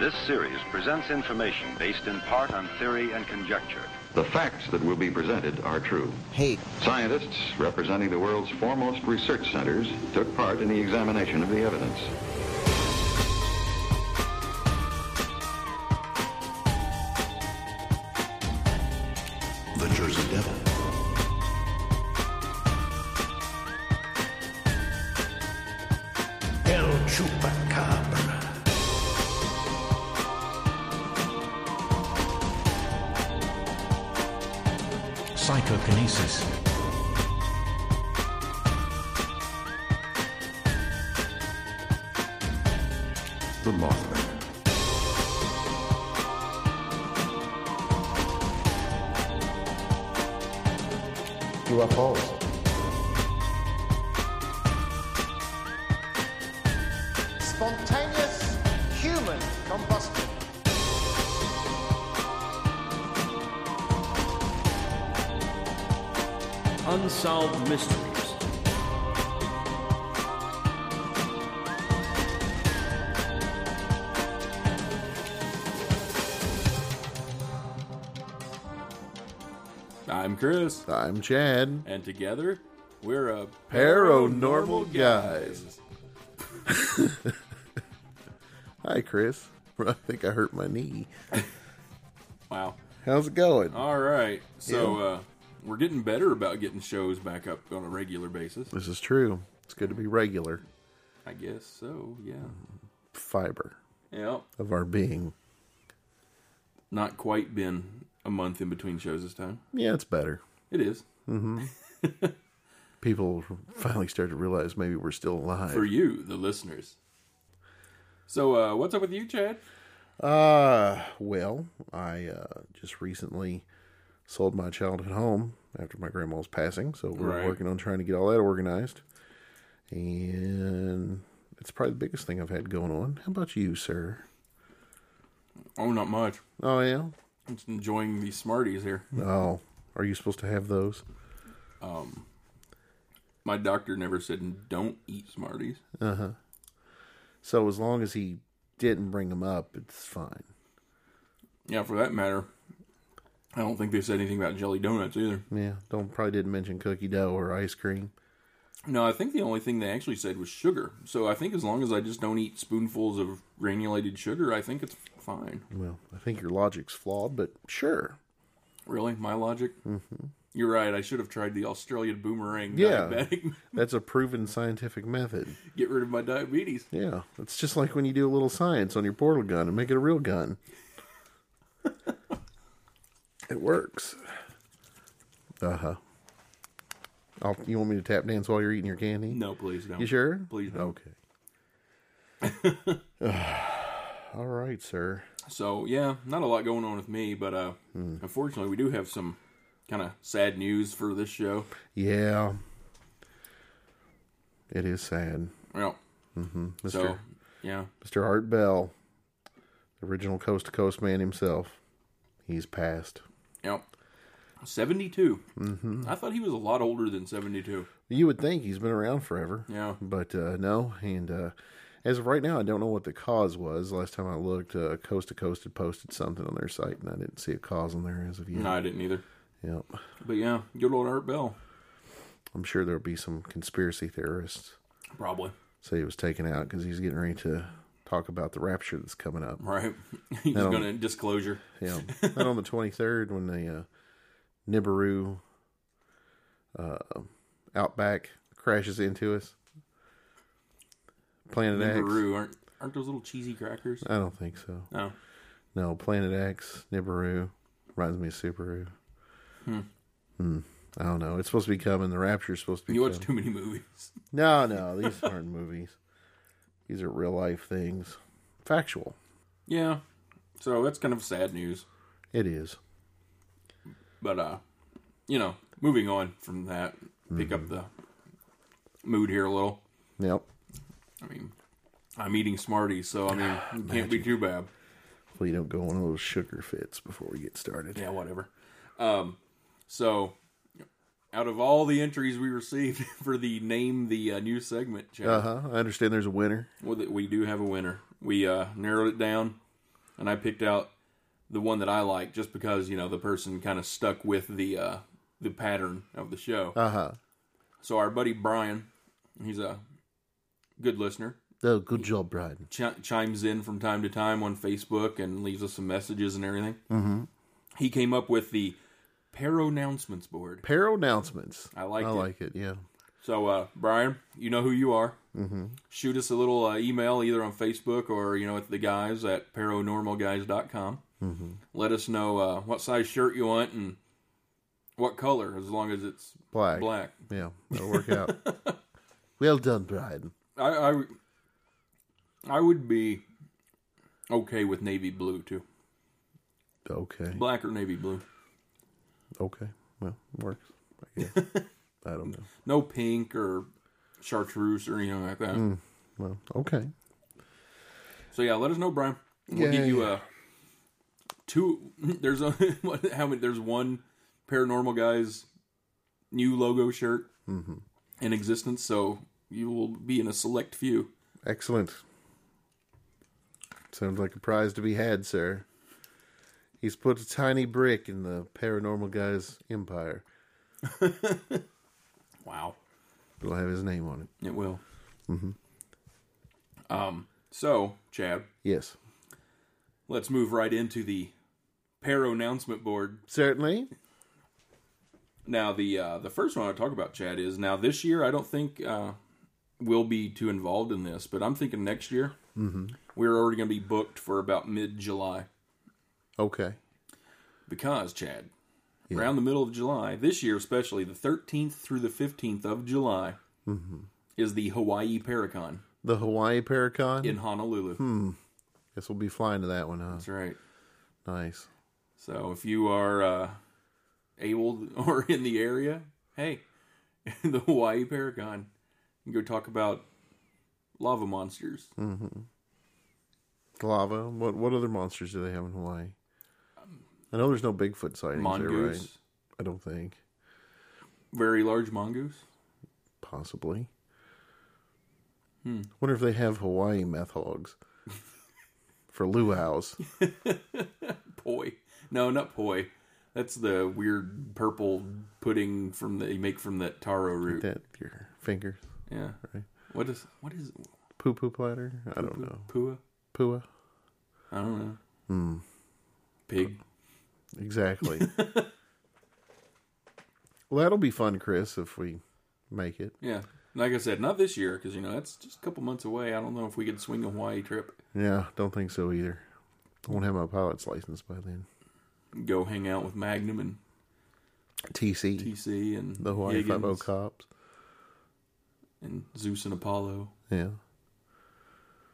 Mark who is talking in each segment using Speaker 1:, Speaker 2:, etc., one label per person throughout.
Speaker 1: This series presents information based in part on theory and conjecture.
Speaker 2: The facts that will be presented are true.
Speaker 3: Hey,
Speaker 2: Scientists representing the world's foremost research centers took part in the examination of the evidence.
Speaker 4: The Jersey Devil. El Chupacabra.
Speaker 5: Psychokinesis.
Speaker 4: The Mothman.
Speaker 3: UFOs.
Speaker 6: spontaneous human combustion.
Speaker 7: Unsolved Mysteries.
Speaker 8: I'm Chris,
Speaker 9: I'm Chad.
Speaker 8: and together we're a
Speaker 9: Paranormal guys. Hi, Chris. I think I hurt my knee.
Speaker 8: Wow.
Speaker 9: How's it going?
Speaker 8: All right. So uh, we're getting better about getting shows back up on a regular basis.
Speaker 9: This is true. It's good to be regular.
Speaker 8: I guess so. Yeah.
Speaker 9: Fiber
Speaker 8: Yep.
Speaker 9: of our being.
Speaker 8: Not quite been a month in between shows this time.
Speaker 9: Yeah, it's better.
Speaker 8: It is
Speaker 9: People finally start to realize maybe we're still alive.
Speaker 8: for you, the listeners. So uh, what's up with you, Chad?
Speaker 9: Uh, well, I uh, just recently sold my childhood home after my grandma's passing, so we're
Speaker 8: Right.
Speaker 9: working on trying to get all that organized. And it's probably the biggest thing I've had going on. How about you, sir?
Speaker 8: Oh, not much.
Speaker 9: Oh yeah.
Speaker 8: I'm just enjoying these Smarties here.
Speaker 9: Oh, are you supposed to have those?
Speaker 8: My doctor never said don't eat Smarties.
Speaker 9: So as long as he didn't bring them up, it's fine.
Speaker 8: Yeah, for that matter. I don't think they said anything about jelly donuts either.
Speaker 9: Yeah, don't probably didn't mention cookie dough or ice cream.
Speaker 8: No, I think the only thing they actually said was sugar. So I think as long as I just don't eat spoonfuls of granulated sugar, I think it's fine.
Speaker 9: Well, I think your logic's flawed, but sure.
Speaker 8: Really, my logic. Mm-hmm. You're right. I should have tried the Australian boomerang.
Speaker 9: Yeah.
Speaker 8: diabetic.
Speaker 9: That's a proven scientific method.
Speaker 8: get rid of my diabetes.
Speaker 9: Yeah, it's just like when you do a little science on your portal gun and make it a real gun. it works. Uh huh. I'll, you want me to tap dance while you're eating your candy?
Speaker 8: No, please don't.
Speaker 9: You sure?
Speaker 8: Please don't.
Speaker 9: Okay. All right, sir.
Speaker 8: So yeah, not a lot going on with me, but uh,
Speaker 9: Hmm.
Speaker 8: unfortunately, we do have some kind of sad news for this show.
Speaker 9: Yeah. It is sad.
Speaker 8: Well,
Speaker 9: Mr.
Speaker 8: so yeah,
Speaker 9: Mr. Art Bell, the original Coast to Coast man himself, he's passed.
Speaker 8: yeah. 72. Mm-hmm. I thought he was a lot older than 72.
Speaker 9: You would think he's been around forever.
Speaker 8: Yeah.
Speaker 9: But uh, no, and uh, as of right now, I don't know what the cause was. Last time I looked, uh, Coast to Coast had posted something on their site, and I didn't see a cause on there as of yet.
Speaker 8: No, I didn't either.
Speaker 9: Yep.
Speaker 8: But yeah, good old Art Bell.
Speaker 9: I'm sure there'll be some conspiracy theorists
Speaker 8: Probably.
Speaker 9: say he was taken out because he's getting ready to talk about the rapture that's coming up.
Speaker 8: Right. He's
Speaker 9: don't-
Speaker 8: going to disclosure.
Speaker 9: Yeah. and on the 23rd, when the uh, Nibiru uh, outback crashes into us, Planet X.
Speaker 8: Nibiru, aren't, aren't those little cheesy crackers?
Speaker 9: I don't think so.
Speaker 8: No.
Speaker 9: No, Planet X, Nibiru, reminds me of Subaru. Hmm. I don't know. It's supposed to be coming. The Rapture's supposed to be
Speaker 8: You watch
Speaker 9: coming.
Speaker 8: too many movies.
Speaker 9: No, no, these aren't movies. These are real life things. Factual.
Speaker 8: Yeah. So that's kind of sad news.
Speaker 9: It is.
Speaker 8: But, uh, you know, moving on from that, pick up the mood here a little.
Speaker 9: Yep.
Speaker 8: I mean, I'm eating Smarties, so I mean, you can't be too bad.
Speaker 9: Hopefully you don't go on one of those sugar fits before we get started.
Speaker 8: Yeah, whatever. Um, so, out of all the entries we received for the name the uh, new
Speaker 9: Uh-huh.
Speaker 8: segment, Chad,
Speaker 9: Uh huh. I understand there's a winner.
Speaker 8: Well, th- we do have a winner. We uh, narrowed it down and I picked out the one that I like just because you know the person kind of stuck with the uh, the pattern of the show.
Speaker 9: Uh huh.
Speaker 8: So our buddy Brian, he's a good listener.
Speaker 9: Oh, good job, Brian.
Speaker 8: Ch- chimes in from time to time on Facebook and leaves us some messages and everything. Mm-hmm. He came up with the Paro announcements board.
Speaker 9: Pair of announcements.
Speaker 8: I like
Speaker 9: I
Speaker 8: it.
Speaker 9: like it. Yeah.
Speaker 8: So, uh, Brian, you know who you are. Mm-hmm. Shoot us a little uh, email either on Facebook or, you know, at the guys at paranormalguys.com. Mm-hmm. Let us know uh, what size shirt you want and what color, as long as it's
Speaker 9: Black.
Speaker 8: black.
Speaker 9: Yeah. That'll work out. well done, Brian.
Speaker 8: I, I, I would be okay with navy blue, too.
Speaker 9: Okay.
Speaker 8: Black or navy blue.
Speaker 9: Okay. Well, works. I guess. I don't know.
Speaker 8: No pink or chartreuse or anything like that.
Speaker 9: Mm. Well, okay.
Speaker 8: So, yeah, let us know, Brian. We'll
Speaker 9: Yeah,
Speaker 8: give you
Speaker 9: yeah.
Speaker 8: a two. There's a, what- how many? There's one paranormal guys new logo shirt
Speaker 9: Mm-hmm.
Speaker 8: in existence. So you will be in a select few.
Speaker 9: Excellent. Sounds like a prize to be had, sir. He's put a tiny brick in the paranormal guy's empire.
Speaker 8: Wow,
Speaker 9: It'll have his name on it.
Speaker 8: it will. Um.
Speaker 9: Mm-hmm.
Speaker 8: So Chad,
Speaker 9: Yes.
Speaker 8: let's move right into the paro announcement board.
Speaker 9: Certainly.
Speaker 8: Now the uh, the first one I talk about, Chad, is now this year. I don't think uh, we'll be too involved in this, but I'm thinking next year we're already going to be booked for about mid July.
Speaker 9: Okay.
Speaker 8: Because, Chad, around the middle of July, this year especially, the 13th through the 15th of July is the Hawaii Paracon
Speaker 9: The Hawaii Paracon?
Speaker 8: in Honolulu.
Speaker 9: Guess we'll be flying to that one, huh?
Speaker 8: That's right.
Speaker 9: Nice.
Speaker 8: So if you are uh, able or in the area, hey, the Hawaii Paracon, you can go talk about lava monsters.
Speaker 9: Mm-hmm. Lava. What what other monsters do they have in Hawaii? I know there's no Bigfoot sightings there,
Speaker 8: mongoose,
Speaker 9: right? I don't think.
Speaker 8: very large mongoose.
Speaker 9: Possibly.
Speaker 8: Hmm.
Speaker 9: Wonder if they have Hawaii meth hogs for luau's.
Speaker 8: poi. No, not poi. That's the weird purple pudding from the you make from that taro root.
Speaker 9: that your fingers
Speaker 8: Yeah.
Speaker 9: Right.
Speaker 8: What is what is
Speaker 9: poo poo platter i don't know
Speaker 8: pua?
Speaker 9: pua
Speaker 8: I don't know.
Speaker 9: Hmm.
Speaker 8: Pig.
Speaker 9: exactly well that'll be fun chris if we make it
Speaker 8: Yeah. Like I said, not this year because you know that's just a couple months away. I don't know if we could swing a Hawaii trip,
Speaker 9: yeah don't think so either i won't have my pilot's license by then
Speaker 8: go hang out with Magnum and
Speaker 9: tc
Speaker 8: TC and
Speaker 9: the hawaii
Speaker 8: Higgins
Speaker 9: 50 cops
Speaker 8: and Zeus and Apollo,
Speaker 9: yeah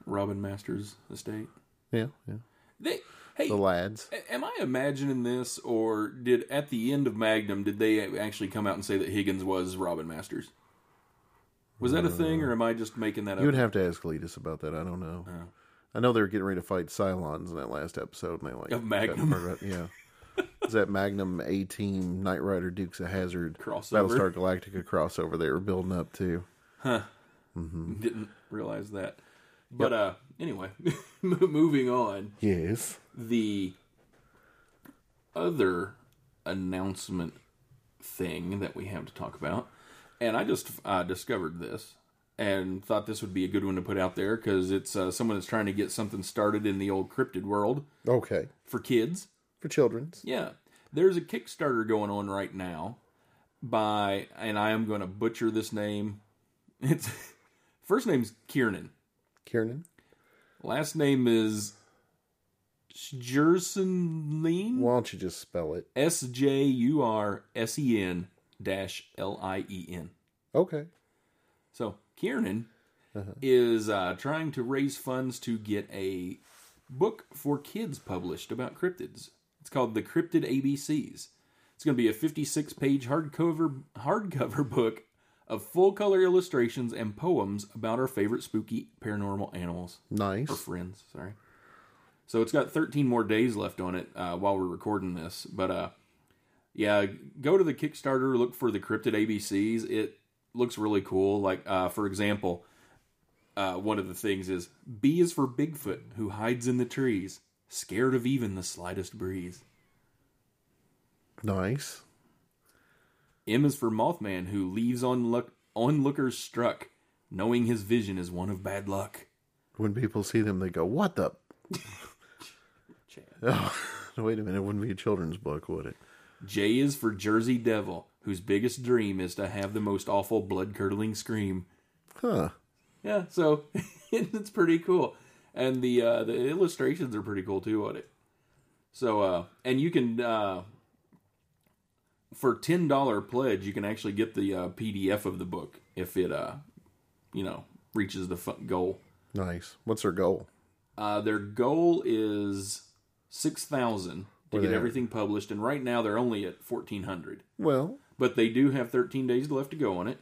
Speaker 8: Robin Masters Estate.
Speaker 9: yeah yeah
Speaker 8: They hey,
Speaker 9: the lads
Speaker 8: A- Am I imagining this, or did at the end of Magnum did they actually come out and say that Higgins was Robin Masters? Was
Speaker 9: Uh,
Speaker 8: that a thing, or am I just making that
Speaker 9: you would
Speaker 8: up?
Speaker 9: have to ask Letus about that i don't know i know they were getting ready to fight cylons in that last episode and they like
Speaker 8: Of
Speaker 9: cut
Speaker 8: Magnum.
Speaker 9: part of it. yeah Is that Magnum A Team Knight Rider Dukes of Hazard
Speaker 8: Crossover.
Speaker 9: Battlestar Galactica crossover they were building up to?
Speaker 8: Didn't realize that. But uh, anyway, mo- moving on.
Speaker 9: Yes.
Speaker 8: The other announcement thing that we have to talk about, and I just uh, discovered this and thought this would be a good one to put out there because it's uh, someone that's trying to get something started in the old cryptid world
Speaker 9: Okay.
Speaker 8: for kids.
Speaker 9: For children's.
Speaker 8: Yeah. There's a Kickstarter going on right now by, and I am going to butcher this name. It's first name's Kiernan,
Speaker 9: Kiernan.
Speaker 8: last name is Jursenlein.
Speaker 9: Why don't you just spell it?
Speaker 8: S J U R S E N dash L I E N.
Speaker 9: Okay.
Speaker 8: So Kiernan is uh, trying to raise funds to get a book for kids published about cryptids. It's called The Cryptid ABCs. It's going to be a 56 page hardcover, hardcover book of full color illustrations and poems about our favorite spooky paranormal animals or
Speaker 9: Nice.
Speaker 8: friends. Sorry. So it's got 13 more days left on it uh, while we're recording this, but uh, yeah, go to the Kickstarter. Look for the cryptid ABCs. It looks really cool. Like uh, for example, uh, one of the things is B is for Bigfoot who hides in the trees. scared of even the slightest breeze.
Speaker 9: Nice.
Speaker 8: M is for Mothman, who leaves onlook- onlookers struck, knowing his vision is one of bad luck.
Speaker 9: When people see them, they go, "What the?" Oh,
Speaker 8: Chad.
Speaker 9: Wait a minute. It wouldn't be a children's book, would it?
Speaker 8: J is for Jersey Devil, whose biggest dream is to have the most awful blood curdling scream.
Speaker 9: Huh.
Speaker 8: Yeah, so it's pretty cool, and the uh, the illustrations are pretty cool too on it. So uh, and you can uh, for ten dollar pledge, you can actually get the uh, PDF of the book if it uh, you know reaches the fu- goal.
Speaker 9: Nice. What's their goal?
Speaker 8: Uh, their goal is six thousand to get
Speaker 9: they at?
Speaker 8: everything published, and right now they're only at fourteen hundred.
Speaker 9: Well,
Speaker 8: but they do have 13 days left to go on it.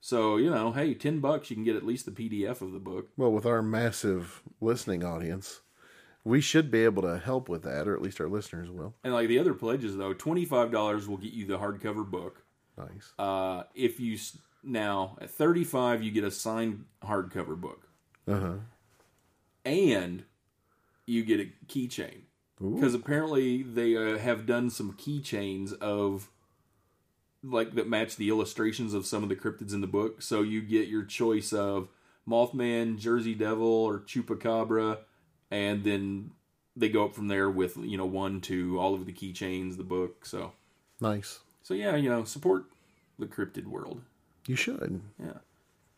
Speaker 8: So, you know, hey, 10 bucks, you can get at least the PDF of the book.
Speaker 9: well, with our massive listening audience, we should be able to help with that, or at least our listeners will.
Speaker 8: And like the other pledges, though, $25 will get you the hardcover book.
Speaker 9: Nice.
Speaker 8: Uh, if you s- now at 35, you get a signed hardcover book
Speaker 9: Uh huh.
Speaker 8: and you get a keychain because apparently they uh, have done some keychains of like that match the illustrations of some of the cryptids in the book. So you get your choice of Mothman, Jersey Devil, or Chupacabra, and then they go up from there with you know one, two, all of the keychains, the book. So
Speaker 9: Nice.
Speaker 8: so yeah, you know support the cryptid world.
Speaker 9: You should.
Speaker 8: Yeah,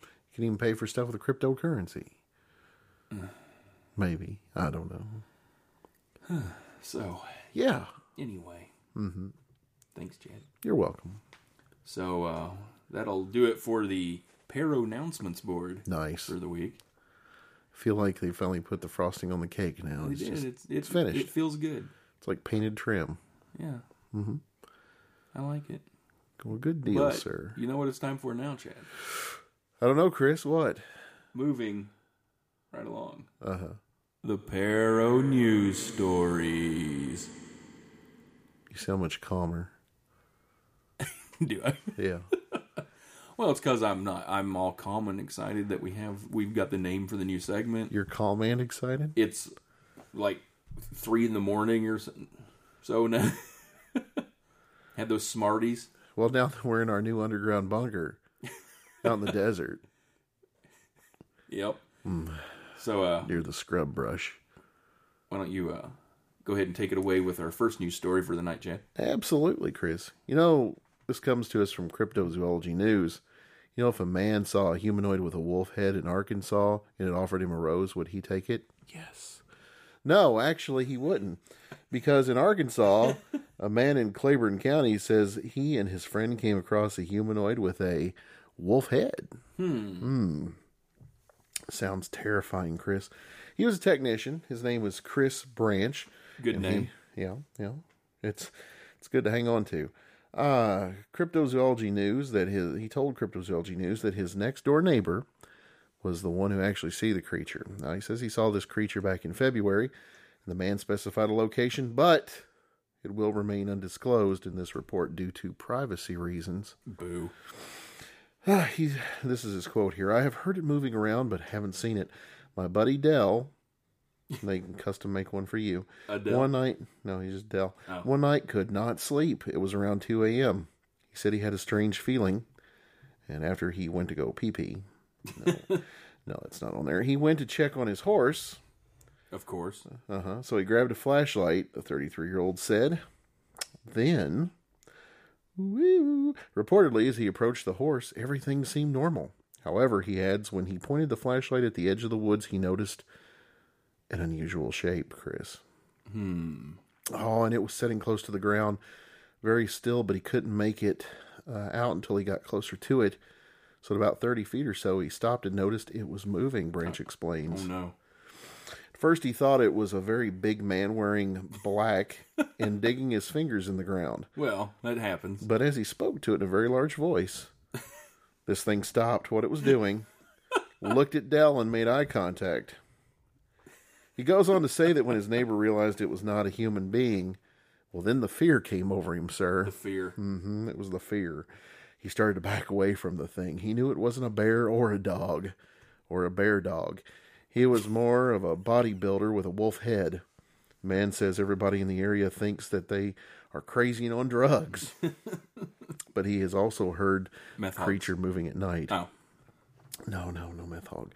Speaker 9: You can even pay for stuff with a cryptocurrency. Maybe. I don't know.
Speaker 8: so
Speaker 9: Yeah.
Speaker 8: anyway, mm-hmm. thanks, Chad.
Speaker 9: You're welcome.
Speaker 8: So uh, that'll do it for the Paro announcements board
Speaker 9: Nice.
Speaker 8: for the week.
Speaker 9: feel like they finally put the frosting on the cake now. It's,
Speaker 8: It
Speaker 9: just,
Speaker 8: is.
Speaker 9: it's,
Speaker 8: It's, it's
Speaker 9: finished.
Speaker 8: It feels good.
Speaker 9: like painted trim.
Speaker 8: Yeah. Mm-hmm. I like it.
Speaker 9: Well, good deal,
Speaker 8: But
Speaker 9: sir.
Speaker 8: you know what it's time for now, Chad?
Speaker 9: I don't know, Chris. What?
Speaker 8: Moving right along. Uh
Speaker 9: Uh-huh.
Speaker 8: huh. The Paro news stories.
Speaker 9: You sound much calmer.
Speaker 8: Do I?
Speaker 9: Yeah.
Speaker 8: Well, it's because I'm not. I'm all calm and excited that we have we've got the name for the new segment.
Speaker 9: You're calm and excited?
Speaker 8: It's like three in the morning or so. So now, had those Smarties.
Speaker 9: Well, now that we're in our new underground bunker out in the desert
Speaker 8: Yep.
Speaker 9: Hmm.
Speaker 8: So uh,
Speaker 9: near the scrub brush.
Speaker 8: why don't you uh, go ahead and take it away with our first news story for the night, Chad?
Speaker 9: Absolutely, Chris. You know, this comes to us from Cryptozoology News. You know, if a man saw a humanoid with a wolf head in Arkansas and it offered him a rose, would he take it? Yes. No, actually, he wouldn't. Because in Arkansas, a man in Claiborne County says he and his friend came across a humanoid with a wolf head.
Speaker 8: Hmm.
Speaker 9: Hmm. Sounds terrifying, Chris. He was a technician. His name was Chris Branch.
Speaker 8: Good
Speaker 9: And he-
Speaker 8: name.
Speaker 9: yeah, yeah. It's it's good to hang on to. Uh Cryptozoology News that his he told Cryptozoology News that his next door neighbor was the one who actually see the creature. Now he says he saw this creature back in February. And the man specified a location, but it will remain undisclosed in this report due to privacy reasons.
Speaker 8: Boo.
Speaker 9: Ah, he's, this is his quote here. I have heard it moving around, but haven't seen it. My buddy Dell, they can custom make one for you.
Speaker 8: Adele.
Speaker 9: One night, no, he's just Dell. One night could not sleep. It was around 2 a.m. He said he had a strange feeling, and after he went to go pee pee, no, no, it's not on there. He went to check on his horse,
Speaker 8: Of course.
Speaker 9: uh-huh. So he grabbed a flashlight, the 33 year old said. Then, woo, reportedly, as he approached the horse, everything seemed normal. However, he adds, when he pointed the flashlight at the edge of the woods, he noticed an unusual shape, Chris. Hmm. Oh, and it was sitting close to the ground, very still, but he couldn't make it uh, out until he got closer to it. So, at about 30 feet or so, he stopped and noticed it was moving, Branch explains.
Speaker 8: Oh no.
Speaker 9: First, he thought it was a very big man wearing black and digging his fingers in the ground.
Speaker 8: Well, that happens.
Speaker 9: But as he spoke to it in a very large voice, this thing stopped what it was doing, looked at Dell, and made eye contact. He goes on to say that when his neighbor realized it was not a human being, well, then the fear came over him, sir.
Speaker 8: The fear.
Speaker 9: Mm, It was the fear. He started to back away from the thing. He knew it wasn't a bear or a dog or a bear dog. He was more of a bodybuilder with a wolf head. Man says everybody in the area thinks that they are crazy and on drugs. but he has also heard
Speaker 8: Meth hogs.
Speaker 9: creature moving at night.
Speaker 8: Oh,
Speaker 9: No, no, no meth hog.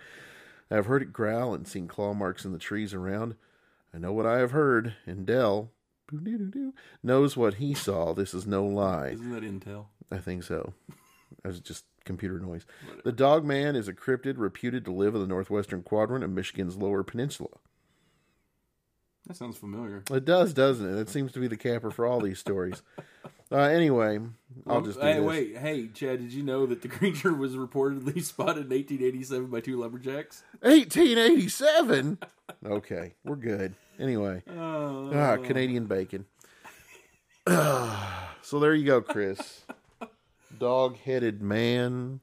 Speaker 9: I've heard it growl and seen claw marks in the trees around. I know what I have heard, and Dell boo-doo-doo-doo, knows what he saw. This is no lie.
Speaker 8: isn't that intel?
Speaker 9: I think so. That was just computer noise. The Dog Man is a cryptid reputed to live in the northwestern quadrant of Michigan's Lower Peninsula.
Speaker 8: That sounds familiar.
Speaker 9: It does, doesn't it? That seems to be the capper for all these stories. Uh, anyway, I'll just do
Speaker 8: hey,
Speaker 9: this.
Speaker 8: wait, hey, Chad, did you know that the creature was reportedly spotted in 1887 by two lumberjacks?
Speaker 9: 1887. Okay, we're good. Anyway,
Speaker 8: Oh.
Speaker 9: ah, Canadian bacon. Ah, so there you go, Chris. Dog-headed man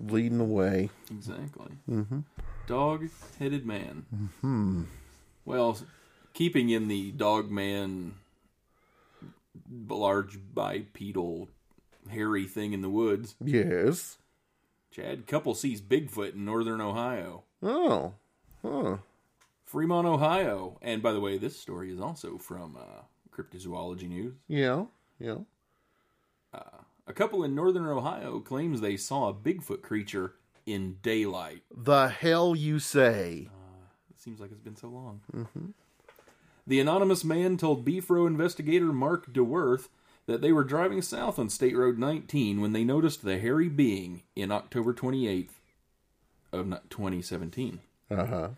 Speaker 9: leading the way.
Speaker 8: Exactly. Mm-hmm. Dog-headed man. Mm-hmm. Well, s- keeping in the dog man, b- large bipedal, hairy thing in the woods,
Speaker 9: Yes.
Speaker 8: Chad couple sees Bigfoot in northern Ohio,
Speaker 9: Oh. Huh.
Speaker 8: Fremont, Ohio, and by the way, this story is also from uh, Cryptozoology News.
Speaker 9: Yeah. Yeah.
Speaker 8: A couple in northern Ohio claims they saw a Bigfoot creature in daylight.
Speaker 9: The hell you say?
Speaker 8: It seems like it's been so long. The anonymous man told Beefro investigator Mark DeWorth that they were driving south on State Road 19 when they noticed the hairy being in October 28th of n- 2017.
Speaker 9: Uh huh.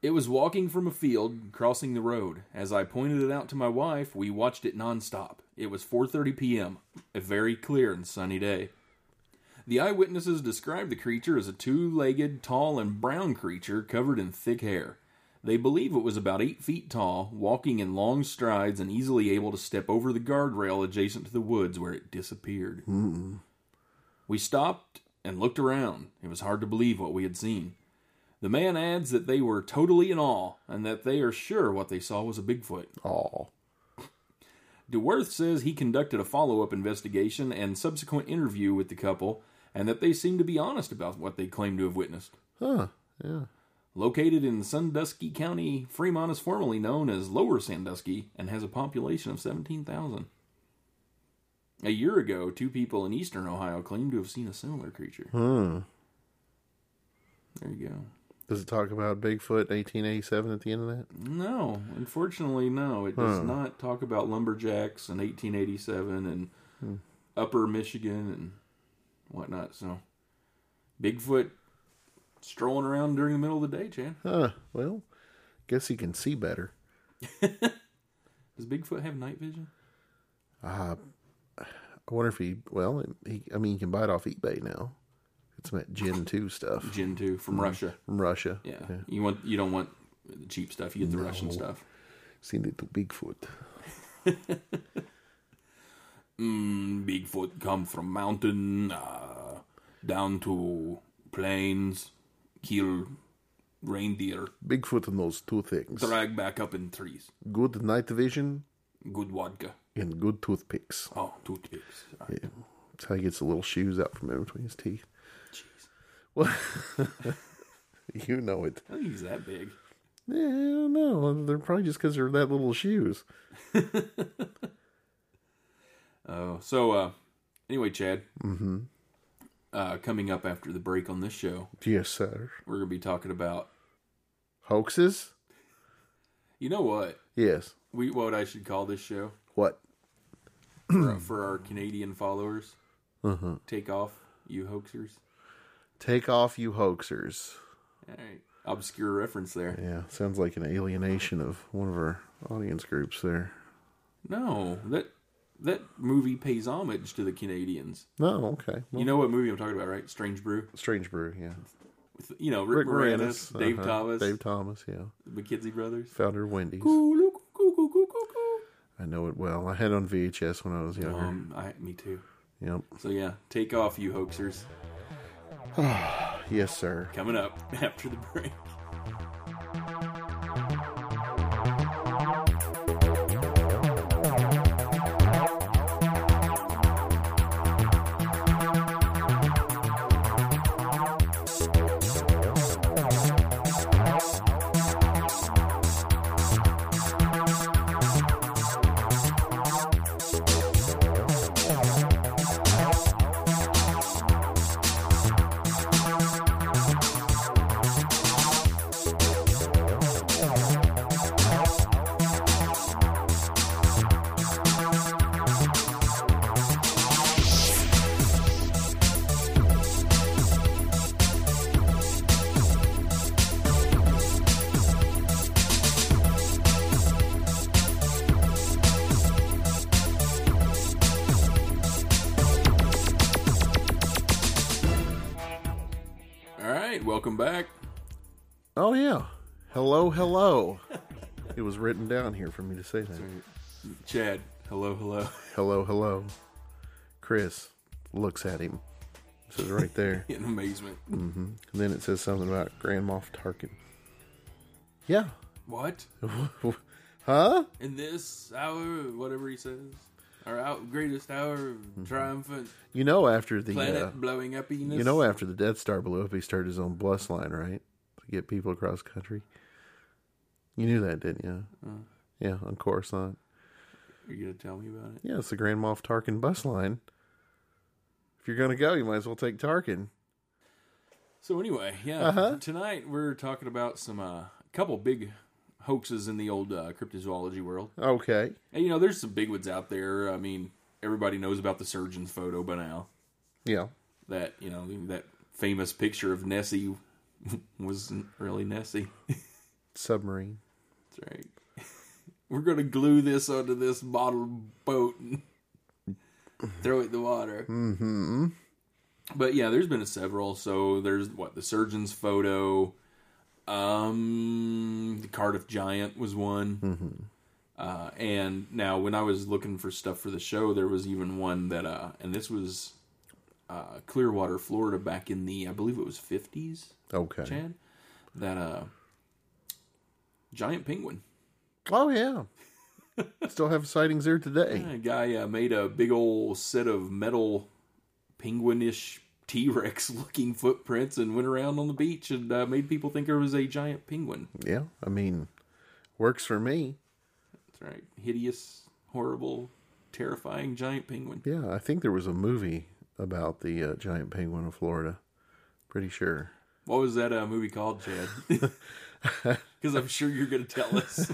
Speaker 8: It was walking from a field crossing the road. As I pointed it out to my wife, we watched it nonstop. It was 4:30 p.m., a very clear and sunny day. The eyewitnesses described the creature as a two-legged, tall and brown creature covered in thick hair. They believe it was about 8 feet tall, walking in long strides and easily able to step over the guardrail adjacent to the woods where it disappeared. We stopped and looked around. It was hard to believe what we had seen. The man adds that they were totally in awe and that they are sure what they saw was a Bigfoot.
Speaker 9: Oh.
Speaker 8: DeWorth says he conducted a follow up investigation and subsequent interview with the couple and that they seem to be honest about what they claim to have witnessed.
Speaker 9: Huh. Yeah.
Speaker 8: Located in Sandusky County, Fremont is formerly known as Lower Sandusky and has a population of 17,000. A year ago, two people in eastern Ohio claimed to have seen a similar creature.
Speaker 9: Hmm.
Speaker 8: There you go.
Speaker 9: Does it talk about Bigfoot 1887 at the end of that?
Speaker 8: No, unfortunately, no. It does not talk about lumberjacks and 1887 and Upper Michigan and whatnot. So, Bigfoot strolling around during the middle of the day, Chan.
Speaker 9: Huh. Well, guess he can see better.
Speaker 8: Does Bigfoot have night vision?
Speaker 9: I wonder if he. Well, he. I mean, you can buy it off eBay now. It's that Gen Two stuff
Speaker 8: Gen two from Russia.
Speaker 9: from Russia.
Speaker 8: Yeah. you want you don't want the cheap stuff. You get the Russian stuff.
Speaker 9: Seen it to Bigfoot.
Speaker 8: Mm, Bigfoot come from mountain uh, down to plains, kill reindeer,
Speaker 9: Bigfoot knows two things:
Speaker 8: drag back up in trees.
Speaker 9: good night vision
Speaker 8: Good vodka.
Speaker 9: and good toothpicks.
Speaker 8: Oh, toothpicks. Sorry.
Speaker 9: Yeah. That's how he gets the little shoes out from in between his teeth. Well, you know it.
Speaker 8: I don't think he's that big.
Speaker 9: Yeah, I don't know. They're probably just because they're that little shoes.
Speaker 8: Oh, so uh, anyway, Chad. Mm-hmm. Uh, coming up after the break on this show,
Speaker 9: Yes, sir.
Speaker 8: we're gonna be talking about.
Speaker 9: Hoaxes?
Speaker 8: You know what?
Speaker 9: Yes.
Speaker 8: We what I should call this show
Speaker 9: What?
Speaker 8: for, uh, for our Canadian followers.
Speaker 9: Uh-huh.
Speaker 8: Take off, you hoaxers.
Speaker 9: Take off, you hoaxers.
Speaker 8: All right, obscure reference there.
Speaker 9: Yeah, sounds like an alienation of one of our audience groups there.
Speaker 8: No, that that movie pays homage to the Canadians.
Speaker 9: No, Oh, okay. Well,
Speaker 8: You know what movie I'm talking about, right? Strange Brew.
Speaker 9: Strange Brew, yeah.
Speaker 8: With, you know Rick, Moranis, Dave
Speaker 9: uh-huh.
Speaker 8: Thomas,
Speaker 9: Dave Thomas, yeah.
Speaker 8: the McKinsey brothers.
Speaker 9: Founder of Wendy's.
Speaker 8: Coo-loo, coo, coo, coo, coo, coo.
Speaker 9: I know it well. I had it on VHS when I was younger.
Speaker 8: Um, I, me too.
Speaker 9: yep.
Speaker 8: So yeah, take off, you hoaxers.
Speaker 9: Yes, sir.
Speaker 8: Coming up after the break. Welcome back.
Speaker 9: Oh yeah. Hello, hello. it was written down here for me to say that.
Speaker 8: Chad, hello, hello.
Speaker 9: Hello, hello. Chris looks at him. It says right there.
Speaker 8: In amazement.
Speaker 9: and then it says something about Grand Moff Tarkin. Yeah.
Speaker 8: What?
Speaker 9: huh?
Speaker 8: In this hour, whatever he says, our out greatest hour of triumphant
Speaker 9: You know after the
Speaker 8: planet
Speaker 9: uh,
Speaker 8: blowing up Enos.
Speaker 9: Mm-hmm. you know after the Death Star blew up he started his own bus line, right? To get people across country. You knew that, didn't you? Yeah, on Coruscant.
Speaker 8: Are you gonna tell me about it?
Speaker 9: Yeah, it's the Grand Moff Tarkin bus line. If you're gonna go, you might as well take Tarkin.
Speaker 8: So anyway, yeah.
Speaker 9: Uh-huh.
Speaker 8: Tonight we're talking about some uh, couple big hoaxes in the old uh, cryptozoology world.
Speaker 9: Okay.
Speaker 8: And you know, there's some big ones out there. I mean, everybody knows about the surgeon's photo by now.
Speaker 9: Yeah.
Speaker 8: That you know that famous picture of Nessie wasn't really Nessie.
Speaker 9: Submarine.
Speaker 8: That's right. We're gonna glue this onto this model boat and throw it in the water. Mm-hmm. But yeah, there's been several. So there's what the surgeon's photo. Um, the Cardiff Giant was one. Mm-hmm. Uh, and now when I was looking for stuff for the show, there was even one that uh, and this was uh, Clearwater, Florida, back in the I believe it was 50s.
Speaker 9: Okay.
Speaker 8: Chad, that uh, giant penguin.
Speaker 9: Oh yeah. Still have sightings there today.
Speaker 8: A guy uh, made a big old set of metal penguinish T Rex looking footprints and went around on the beach and uh, made people think there was a giant penguin.
Speaker 9: Yeah. I mean, works for me.
Speaker 8: That's right. Hideous, horrible, terrifying giant penguin.
Speaker 9: Yeah, I think there was a movie about the uh, giant penguin of Florida. Pretty sure.
Speaker 8: What was that uh, movie called, Chad? Because I'm sure you're going to tell us.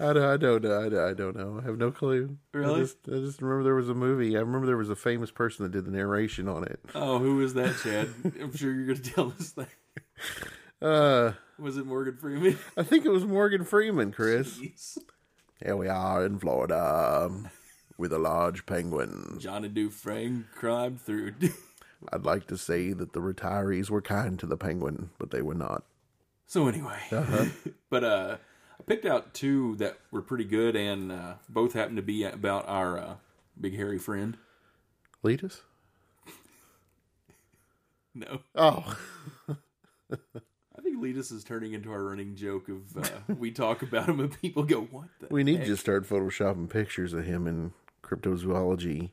Speaker 9: I don't, I don't know. I don't, I don't know. I have no clue.
Speaker 8: Really?
Speaker 9: I just, I just remember there was a movie. I remember there was a famous person that did the narration on it.
Speaker 8: Oh, who was that, Chad? I'm sure you're going to tell us that.
Speaker 9: Uh,
Speaker 8: Was it Morgan Freeman?
Speaker 9: I think it was Morgan Freeman, Chris.
Speaker 8: Jeez.
Speaker 9: Here we are in Florida um, with a large penguin.
Speaker 8: Johnny Dufresne climbed through.
Speaker 9: I'd like to say that the retirees were kind to the penguin, but they were not.
Speaker 8: So anyway, but uh, I picked out two that were pretty good, and uh, both happened to be about our uh, big hairy friend.
Speaker 9: Lead us?
Speaker 8: No,
Speaker 9: Oh,
Speaker 8: I think Letus is turning into our running joke of uh, we talk about him and people go, "What the?"
Speaker 9: we need to start photoshopping pictures of him in cryptozoology,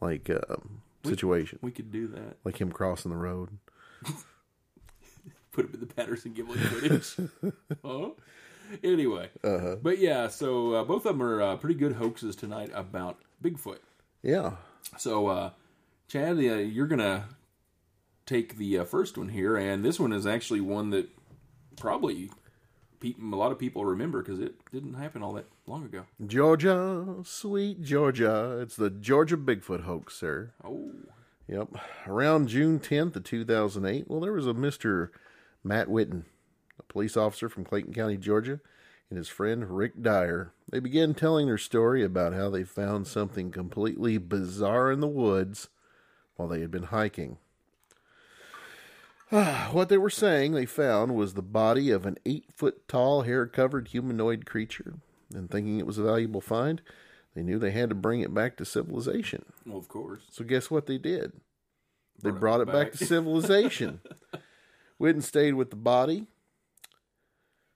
Speaker 9: like um, situation,
Speaker 8: We could do that.
Speaker 9: like him crossing the road.
Speaker 8: Put him in the Patterson Gimlin footage. huh? Anyway, but yeah, so uh, both of them are uh, pretty good hoaxes tonight about Bigfoot.
Speaker 9: Yeah,
Speaker 8: So, uh, Chad, uh, you're going to take the uh, first one here, and this one is actually one that probably pe- a lot of people remember because it didn't happen all that long ago.
Speaker 9: Georgia, sweet Georgia, it's the Georgia Bigfoot hoax, sir.
Speaker 8: Oh,
Speaker 9: Yep. Around June 10th of 2008, well, there was a Mr. Matt Whitten, a police officer from Clayton County, Georgia, and his friend Rick Dyer. They began telling their story about how they found something completely bizarre in the woods while they had been hiking. what they were saying they found was the body of an eight foot tall, hair covered humanoid creature. And thinking it was a valuable find, they knew they had to bring it back to civilization.
Speaker 8: well, of course.
Speaker 9: So guess what they did? They
Speaker 8: Brought it
Speaker 9: brought it back,
Speaker 8: back.
Speaker 9: to civilization. Whitten stayed with the body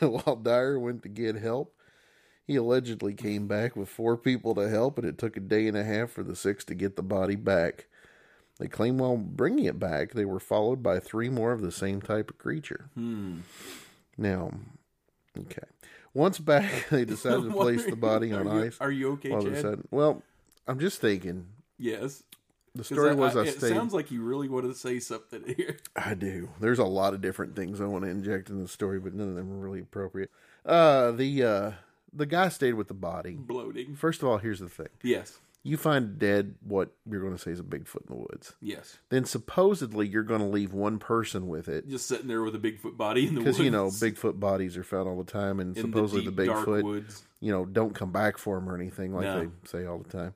Speaker 9: while Dyer went to get help. He allegedly came back with four people to help, and it took a day and a half for the six to get the body back. They claim while bringing it back, they were followed by three more of the same type of creature.
Speaker 8: Hmm.
Speaker 9: Now, okay. Once back, they decided to place the body on
Speaker 8: Are you-
Speaker 9: ice.
Speaker 8: Are you okay,
Speaker 9: while they
Speaker 8: Chad?
Speaker 9: said- well, I'm just thinking.
Speaker 8: Yes.
Speaker 9: The
Speaker 8: 'Cause
Speaker 9: story was I,
Speaker 8: it
Speaker 9: stayed.
Speaker 8: sounds like you really wanted to say something here.
Speaker 9: I do. There's a lot of different things I want to inject in the story, but none of them are really appropriate. Uh, the uh, the guy stayed with the body.
Speaker 8: Bloating.
Speaker 9: First of all, here's the thing:
Speaker 8: Yes.
Speaker 9: you find dead what you're going to say is a Bigfoot in the woods.
Speaker 8: Yes.
Speaker 9: Then supposedly you're going to leave one person with it
Speaker 8: Just sitting there with a Bigfoot body in the woods.
Speaker 9: because you know Bigfoot bodies are found all the time, and
Speaker 8: in
Speaker 9: supposedly
Speaker 8: deep,
Speaker 9: the
Speaker 8: dark
Speaker 9: Bigfoot
Speaker 8: woods.
Speaker 9: you know, don't come back for him or anything like
Speaker 8: No.
Speaker 9: they say all the time.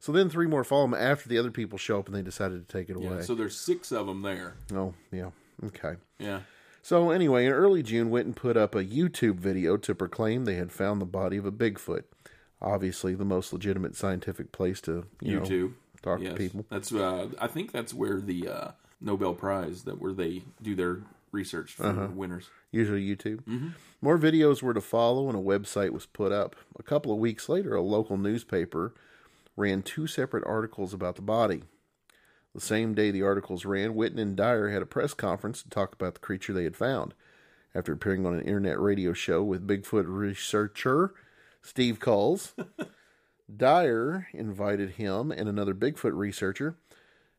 Speaker 9: So then three more follow him after the other people show up and they decided to take it
Speaker 8: Yeah,
Speaker 9: away.
Speaker 8: so there's six of them there.
Speaker 9: oh, yeah. Okay.
Speaker 8: Yeah.
Speaker 9: So anyway, in early June, Winton put up a YouTube video to proclaim they had found the body of a Bigfoot. Obviously, the most legitimate scientific place to you know,
Speaker 8: YouTube.
Speaker 9: talk
Speaker 8: Yes.
Speaker 9: to people.
Speaker 8: That's uh, I think that's where the uh, Nobel Prize that where they do their research for
Speaker 9: Uh-huh.
Speaker 8: winners.
Speaker 9: usually YouTube. More videos were to follow, and a website was put up. A couple of weeks later, a local newspaper ran two separate articles about the body. The same day the articles ran, Whitten and Dyer had a press conference to talk about the creature they had found. After appearing on an internet radio show with Bigfoot researcher Steve Culls, Dyer invited him and another Bigfoot researcher,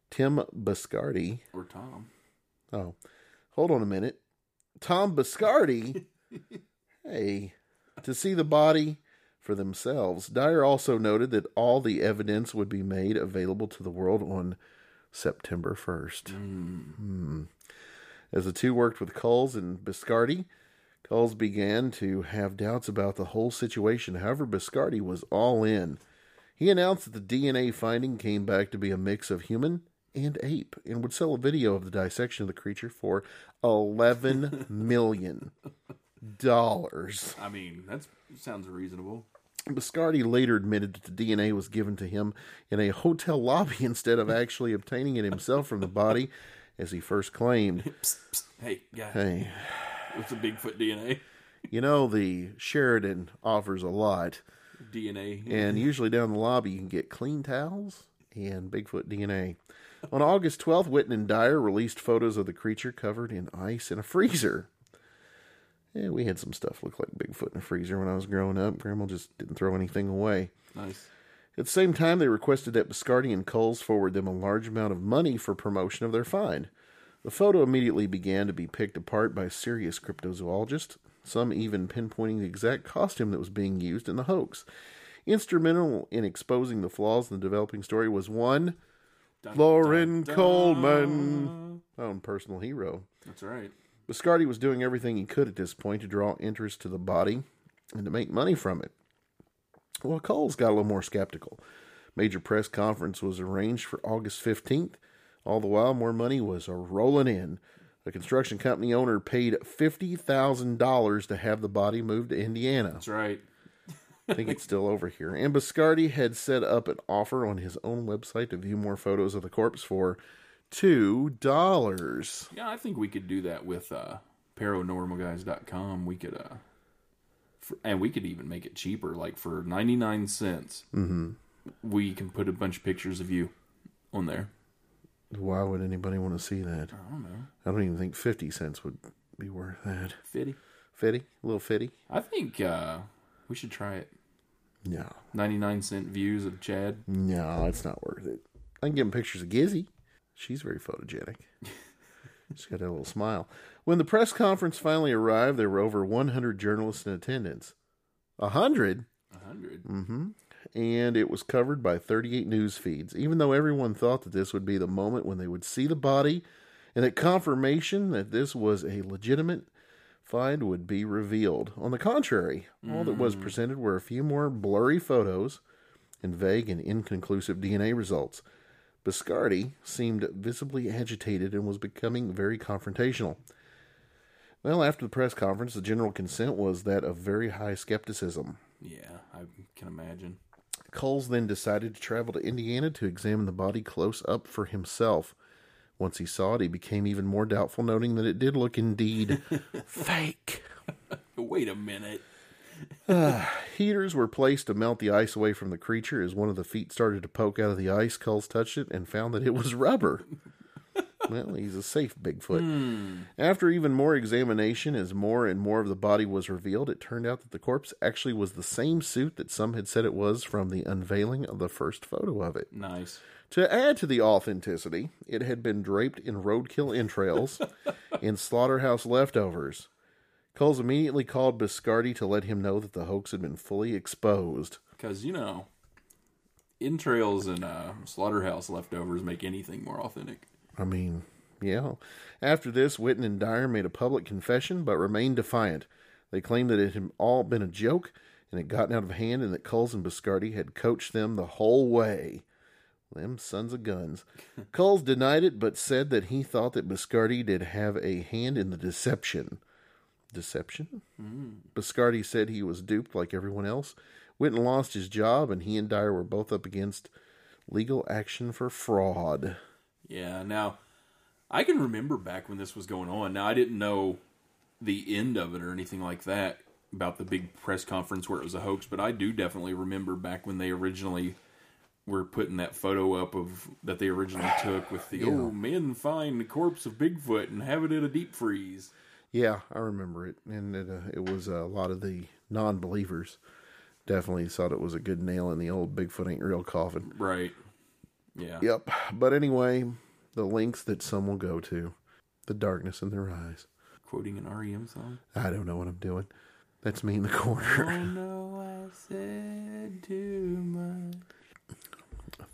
Speaker 9: Tim Biscardi,
Speaker 8: Or Tom.
Speaker 9: Oh, hold on a minute. Tom Biscardi, hey, to see the body for themselves. Dyer also noted that all the evidence would be made available to the world on September 1st. Hmm. As the two worked with Coles and Biscardi, Coles began to have doubts about the whole situation. However, Biscardi was all in. He announced that the DNA finding came back to be a mix of human and ape and would sell a video of the dissection of the creature for 11 million dollars.
Speaker 8: I mean, that sounds reasonable.
Speaker 9: Biscardi later admitted that the DNA was given to him in a hotel lobby instead of actually obtaining it himself from the body as he first claimed.
Speaker 8: Psst, psst. Hey, guys,
Speaker 9: Hey,
Speaker 8: what's a Bigfoot DNA?
Speaker 9: you know the Sheridan offers a lot.
Speaker 8: DNA.
Speaker 9: And usually down the lobby, you can get clean towels and Bigfoot DNA. On August 12th, Whitten and Dyer released photos of the creature covered in ice in a freezer. Yeah, we had some stuff look like Bigfoot in a freezer when I was growing up. Grandma just didn't throw anything away.
Speaker 8: Nice.
Speaker 9: At the same time, they requested that Biscardi and Coles forward them a large amount of money for promotion of their find. The photo immediately began to be picked apart by serious cryptozoologists, some even pinpointing the exact costume that was being used in the hoax. Instrumental in exposing the flaws in the developing story was one Lauren Coleman, my own personal hero.
Speaker 8: That's right.
Speaker 9: Biscardi was doing everything he could at this point to draw interest to the body and to make money from it. Well, Coles got a little more skeptical. Major press conference was arranged for August 15th. All the while, more money was a rolling in. The construction company owner paid $50,000 to have the body moved to Indiana.
Speaker 8: That's right.
Speaker 9: I think it's still over here. And Biscardi had set up an offer on his own website to view more photos of the corpse for $2.
Speaker 8: Yeah, I think we could do that with uh, paranormalguys.com. We could, uh, for, and we could even make it cheaper, like for 99 cents. Mm-hmm. We can put a bunch of pictures of you on there.
Speaker 9: Why would anybody want to see that? I don't know. I don't even think 50 cents would be worth that.
Speaker 8: Fitty.
Speaker 9: Fitty? A little fitty?
Speaker 8: I think uh, we should try it.
Speaker 9: No.
Speaker 8: 99 cent views of Chad.
Speaker 9: No, it's not worth it. I can give him pictures of Gizzy. She's very photogenic. She's got that little smile. When the press conference finally arrived, there were over 100 journalists in attendance. 100?
Speaker 8: 100.
Speaker 9: and it was covered by 38 news feeds. Even though everyone thought that this would be the moment when they would see the body and that confirmation that this was a legitimate find would be revealed. On the contrary, all that was presented were a few more blurry photos and vague and inconclusive DNA results. Biscardi seemed visibly agitated and was becoming very confrontational. Well, after the press conference, the general consent was that of very high skepticism.
Speaker 8: Yeah, I can imagine.
Speaker 9: Coles then decided to travel to Indiana to examine the body close up for himself. Once he saw it, he became even more doubtful, noting that it did look indeed fake.
Speaker 8: Wait a minute.
Speaker 9: Heaters were placed to melt the ice away from the creature. As one of the feet started to poke out of the ice, Coles touched it and found that it was rubber. well, he's a safe Bigfoot. After even more examination, as more and more of the body was revealed, it turned out that the corpse actually was the same suit that some had said it was from the unveiling of the first photo of it.
Speaker 8: Nice.
Speaker 9: To add to the authenticity, it had been draped in roadkill entrails and slaughterhouse leftovers. Coles immediately called Biscardi to let him know that the hoax had been fully exposed.
Speaker 8: Because, you know, entrails and uh, slaughterhouse leftovers make anything more authentic.
Speaker 9: I mean, yeah. After this, Whitten and Dyer made a public confession but remained defiant. They claimed that it had all been a joke and had gotten out of hand and that Coles and Biscardi had coached them the whole way. Them sons of guns. Coles denied it, but said that he thought that Biscardi did have a hand in the deception. Deception? Biscardi said he was duped like everyone else, went and lost his job, and he and Dyer were both up against legal action for fraud.
Speaker 8: Yeah. Now, I can remember back when this was going on. Now, I didn't know the end of it or anything like that about the big press conference where it was a hoax, but I do definitely remember back when they originally were putting that photo up of that they originally took with the oh men find the corpse of Bigfoot and have it in a deep freeze.
Speaker 9: Yeah, I remember it, and it, uh, it was a lot of the non-believers definitely thought it was a good nail in the old Bigfoot ain't real coffin.
Speaker 8: Right. Yeah.
Speaker 9: Yep. But anyway, the links that some will go to, the darkness in their eyes.
Speaker 8: Quoting an REM song.
Speaker 9: I don't know what I'm doing. That's me in the corner.
Speaker 8: I know I said too much.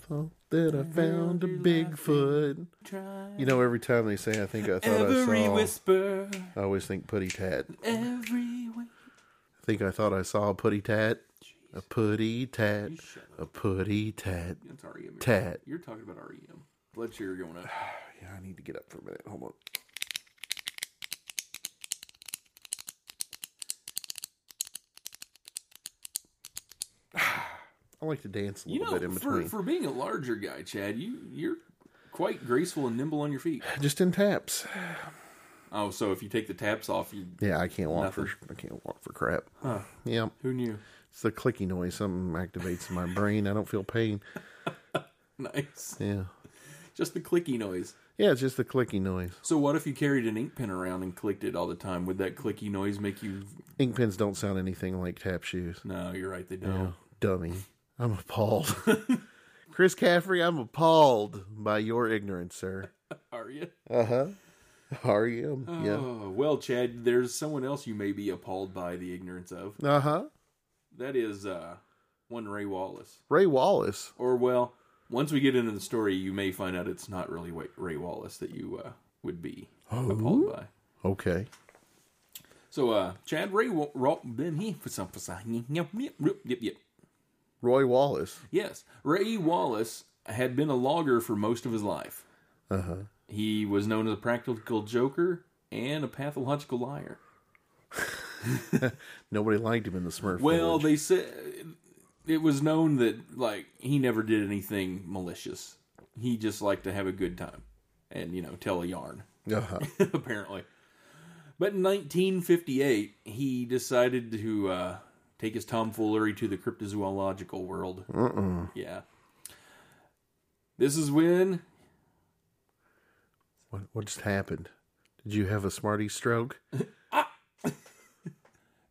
Speaker 9: Thought that I found a Bigfoot.
Speaker 8: Try
Speaker 9: You know, every time they say, "I think I thought I
Speaker 8: every
Speaker 9: saw,"
Speaker 8: whisper,
Speaker 9: I always think Putty Tat.
Speaker 8: every whisper.
Speaker 9: I think I thought I saw a Putty Tat, a Putty Tat, a Putty Tat.
Speaker 8: That's REM. You're-
Speaker 9: Tat.
Speaker 8: E You're talking about REM. Blood sugar going up.
Speaker 9: Yeah, I need to get up for a minute. Hold on. I like to dance a
Speaker 8: You
Speaker 9: little
Speaker 8: know,
Speaker 9: bit in
Speaker 8: for,
Speaker 9: between.
Speaker 8: for being a larger guy, Chad, you you're quite graceful and nimble on your feet.
Speaker 9: Just in taps.
Speaker 8: Oh, so if you take the taps off, you
Speaker 9: Yeah, I can't walk
Speaker 8: Nothing.
Speaker 9: for I can't walk for crap. Yeah,
Speaker 8: who knew?
Speaker 9: it's the clicky noise. Something activates in my brain. I don't feel pain.
Speaker 8: Nice.
Speaker 9: Yeah,
Speaker 8: Just the clicky noise.
Speaker 9: yeah, it's just the clicky noise.
Speaker 8: So what if you carried an ink pen around and clicked it all the time? Would that clicky noise make you?
Speaker 9: Ink pens don't sound anything like tap shoes.
Speaker 8: No, you're right. They don't.
Speaker 9: Oh, dummy. I'm appalled. Chris Caffrey, I'm appalled by your ignorance, sir.
Speaker 8: Are you?
Speaker 9: Are you?
Speaker 8: Oh, well, Chad, there's someone else you may be appalled by the ignorance of.
Speaker 9: Yeah. Uh huh.
Speaker 8: That is uh, one Ray Wallace.
Speaker 9: Ray Wallace.
Speaker 8: Or, well, once we get into the story, you may find out it's not really Wa- Ray Wallace that you uh, would be appalled by.
Speaker 9: Okay.
Speaker 8: So, uh, Chad Ray Wa- Ra- then he for some for some- yep, yep, yep, yep, yep.
Speaker 9: Roy Wallace.
Speaker 8: Yes, Ray Wallace had been a logger for most of his life. Uh-huh. He was known as a practical joker and a pathological liar.
Speaker 9: Nobody liked him in the Smurf.
Speaker 8: Well,
Speaker 9: Village.
Speaker 8: they said it was known that like he never did anything malicious. He just liked to have a good time and you know tell a yarn.
Speaker 9: Uh-huh.
Speaker 8: apparently. But in 1958, he decided to uh, take his tomfoolery to the cryptozoological world. Yeah. This is when
Speaker 9: What, what just happened? Did you have a smarty stroke?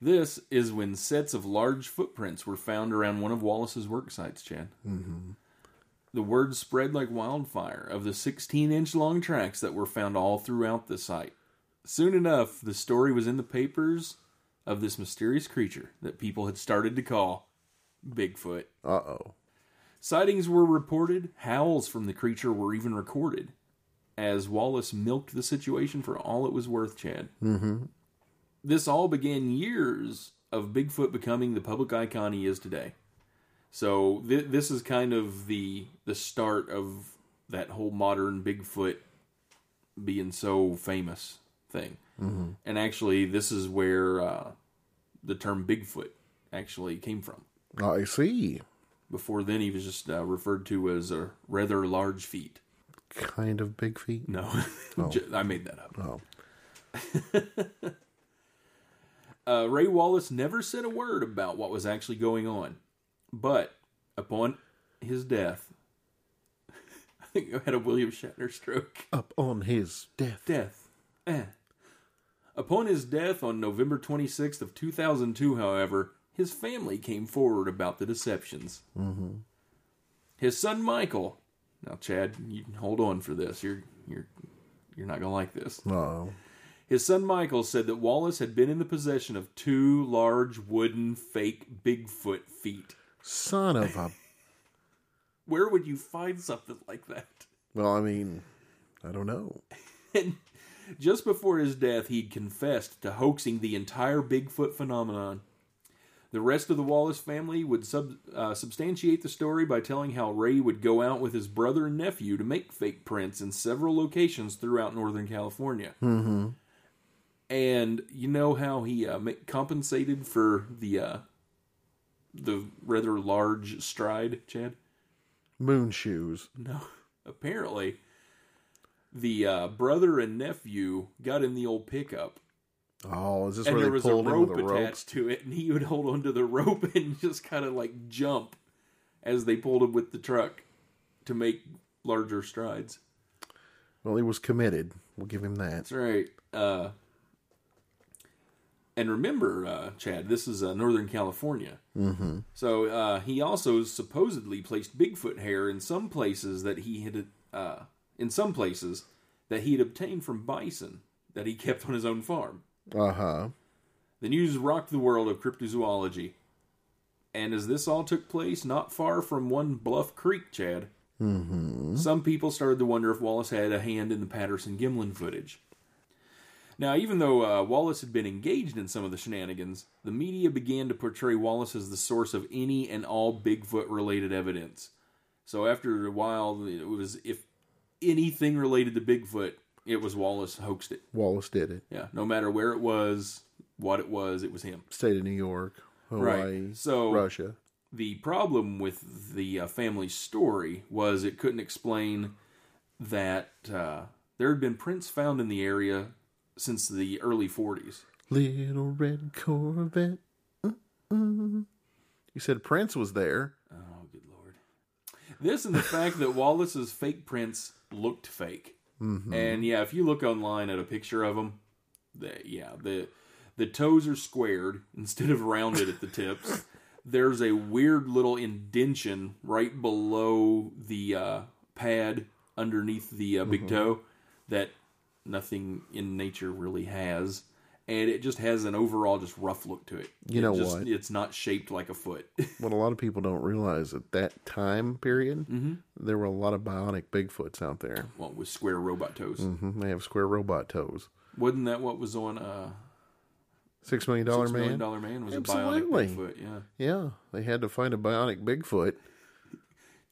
Speaker 8: this is when sets of large footprints were found around one of Wallace's work sites, Chad. Mm-hmm. The word spread like wildfire of the 16 inch long tracks that were found all throughout the site. Soon enough, the story was in the papers of this mysterious creature that people had started to call Bigfoot.
Speaker 9: Uh oh.
Speaker 8: Sightings were reported, howls from the creature were even recorded, as Wallace milked the situation for all it was worth, Chad. Mm-hmm. This all began years of Bigfoot becoming the public icon he is today. So th- this is kind of the the start of that whole modern Bigfoot being so famous thing. Mm-hmm. And actually, this is where uh, the term Bigfoot actually came from.
Speaker 9: I see.
Speaker 8: Before then, he was just uh, referred to as a rather large feet.
Speaker 9: Kind of big feet.
Speaker 8: No, Ju- I made that up.
Speaker 9: Oh.
Speaker 8: Uh, Ray Wallace never said a word about what was actually going on, but upon his death, I think I had a William Shatner stroke.
Speaker 9: Up on his death.
Speaker 8: Death. Eh. Upon his death on November 26th of 2002, however, his family came forward about the deceptions. Mm-hmm. His son Michael. Now, Chad, you can hold on for this. You're you're you're not gonna like this.
Speaker 9: Oh.
Speaker 8: His son Michael said that Wallace had been in the possession of two large wooden fake Bigfoot feet.
Speaker 9: Son of a.
Speaker 8: Where would you find something like that?
Speaker 9: Well, I mean, I don't know.
Speaker 8: And just before his death, he'd confessed to hoaxing the entire Bigfoot phenomenon. The rest of the Wallace family would sub, uh, substantiate the story by telling how Ray would go out with his brother and nephew to make fake prints in several locations throughout Northern California. Mm-hmm. And you know how he uh, ma- compensated for the uh, the rather large stride, Chad?
Speaker 9: Moon shoes.
Speaker 8: No. Apparently, the uh, brother and nephew got in the old pickup
Speaker 9: Oh, is this
Speaker 8: and
Speaker 9: where
Speaker 8: there
Speaker 9: they
Speaker 8: was a
Speaker 9: pulled him with
Speaker 8: rope
Speaker 9: a rope?
Speaker 8: attached to it, and he would hold onto the rope and just kind of like jump as they pulled him with the truck to make larger strides.
Speaker 9: Well, he was committed. We'll give him that.
Speaker 8: That's right. Uh, and remember, uh, Chad, this is uh, Northern California. Mm-hmm. So uh, he also supposedly placed Bigfoot hair in some places that he had, uh, in some places that he had obtained from bison that he kept on his own farm.
Speaker 9: Uh huh.
Speaker 8: The news rocked the world of cryptozoology. And as this all took place not far from one Bluff Creek, Chad, mm-hmm. some people started to wonder if Wallace had a hand in the Patterson Gimlin footage. Now, even though uh, Wallace had been engaged in some of the shenanigans, the media began to portray Wallace as the source of any and all Bigfoot related evidence. So after a while, it was if anything related to Bigfoot, it was Wallace hoaxed it.
Speaker 9: Wallace did it.
Speaker 8: Yeah, no matter where it was, what it was, it was him.
Speaker 9: State of New York, Hawaii,
Speaker 8: Right. So
Speaker 9: Russia.
Speaker 8: the problem with the uh, family story was it couldn't explain that uh, there had been prints found in the area since the early 40s.
Speaker 9: Little red Corvette. Mm-mm. You said Prince was there.
Speaker 8: Oh, good lord! This and the fact that Wallace's fake prints looked fake,
Speaker 9: Mm-hmm.
Speaker 8: and yeah, if you look online at a picture of them, the, yeah, the the toes are squared instead of rounded at the tips. There's a weird little indention right below the uh, pad underneath the uh, big
Speaker 9: Mm-hmm.
Speaker 8: toe that nothing in nature really has. And it just has an overall just rough look to it.
Speaker 9: You
Speaker 8: It
Speaker 9: know
Speaker 8: just-
Speaker 9: what?
Speaker 8: It's not shaped like a foot.
Speaker 9: What a lot of people don't realize at that time period,
Speaker 8: Mm-hmm.
Speaker 9: there were a lot of bionic Bigfoots out there.
Speaker 8: well, with square robot toes.
Speaker 9: hmm They have square robot toes.
Speaker 8: Wasn't that what was on uh,
Speaker 9: Six Million Dollar
Speaker 8: Six Million
Speaker 9: Man.
Speaker 8: Dollar Man? Was
Speaker 9: Absolutely.
Speaker 8: a bionic Bigfoot, yeah.
Speaker 9: Yeah, they had to find a bionic Bigfoot.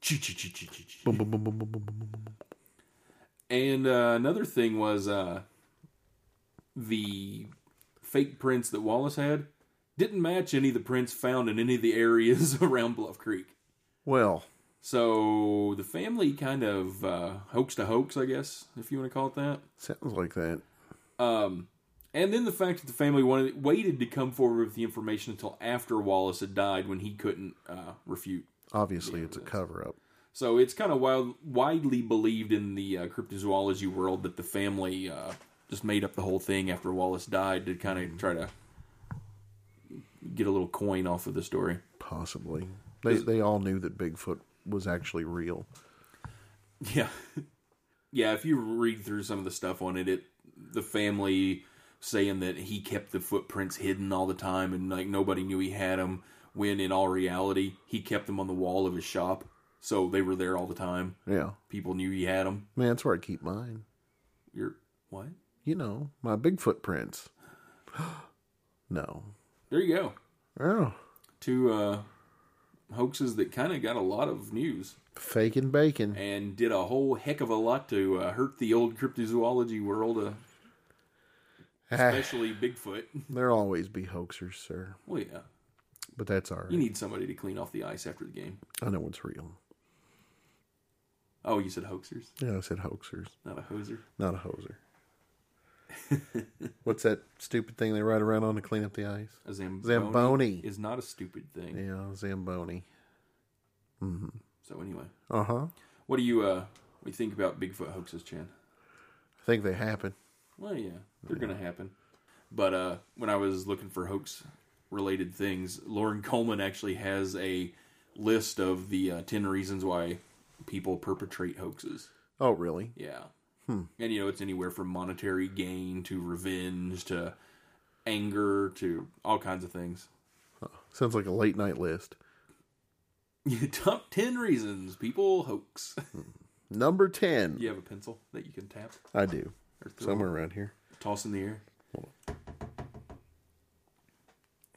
Speaker 8: Ch-ch-ch-ch-ch-ch.
Speaker 9: Boom, boom, boom, boom, boom, boom, boom, boom, boom.
Speaker 8: And uh, another thing was uh, the fake prints that Wallace had didn't match any of the prints found in any of the areas around Bluff Creek.
Speaker 9: Well,
Speaker 8: So the family kind of uh, hoaxed a hoax, I guess, if you want to call it that.
Speaker 9: sounds like that.
Speaker 8: Um, and then the fact that the family wanted, waited to come forward with the information until after Wallace had died when he couldn't uh, refute.
Speaker 9: Obviously, it's a cover up.
Speaker 8: So it's kind of wild, widely believed in the uh, cryptozoology world that the family uh, just made up the whole thing after Wallace died to kind of try to get a little coin off of the story.
Speaker 9: Possibly. They they all knew that Bigfoot was actually real.
Speaker 8: Yeah. yeah, if you read through some of the stuff on it, it the family saying that he kept the footprints hidden all the time and like nobody knew he had them when in all reality he kept them on the wall of his shop. So they were there all the time.
Speaker 9: Yeah.
Speaker 8: People knew he had them.
Speaker 9: Man, that's where I keep mine.
Speaker 8: You're what?
Speaker 9: You know, my Bigfoot prints. no.
Speaker 8: There you go.
Speaker 9: Oh.
Speaker 8: Two uh hoaxes that kind of got a lot of news
Speaker 9: Fake and bacon.
Speaker 8: and did a whole heck of a lot to uh, hurt the old cryptozoology world, uh,
Speaker 9: Ah,
Speaker 8: especially Bigfoot.
Speaker 9: There'll always be hoaxers, sir.
Speaker 8: well, yeah.
Speaker 9: But that's all
Speaker 8: You
Speaker 9: right.
Speaker 8: need somebody to clean off the ice after the game.
Speaker 9: I know it's real.
Speaker 8: Oh, you said hoaxers,
Speaker 9: Yeah, I said hoaxers,
Speaker 8: not a hoser.
Speaker 9: not a hoser. What's that stupid thing they ride around on to clean up the ice?
Speaker 8: A zamboni,
Speaker 9: Zamboni.
Speaker 8: is not a stupid thing.
Speaker 9: Yeah, Zamboni.
Speaker 8: So anyway,
Speaker 9: Uh huh.
Speaker 8: what do you uh, what do you think about Bigfoot hoaxes, Chan?
Speaker 9: I think they happen.
Speaker 8: Well, yeah, they're gonna happen. But uh, when I was looking for hoax related things, Lauren Coleman actually has a list of the uh, ten reasons why people perpetrate hoaxes.
Speaker 9: Oh, really?
Speaker 8: Yeah. And you know, it's anywhere from monetary gain to revenge to anger to all kinds of things.
Speaker 9: Uh, Sounds like a late night list.
Speaker 8: Top 10 reasons people hoax.
Speaker 9: Number 10.
Speaker 8: You have a pencil that you can tap
Speaker 9: I do.
Speaker 8: or throw,
Speaker 9: Somewhere around here.
Speaker 8: toss in the air.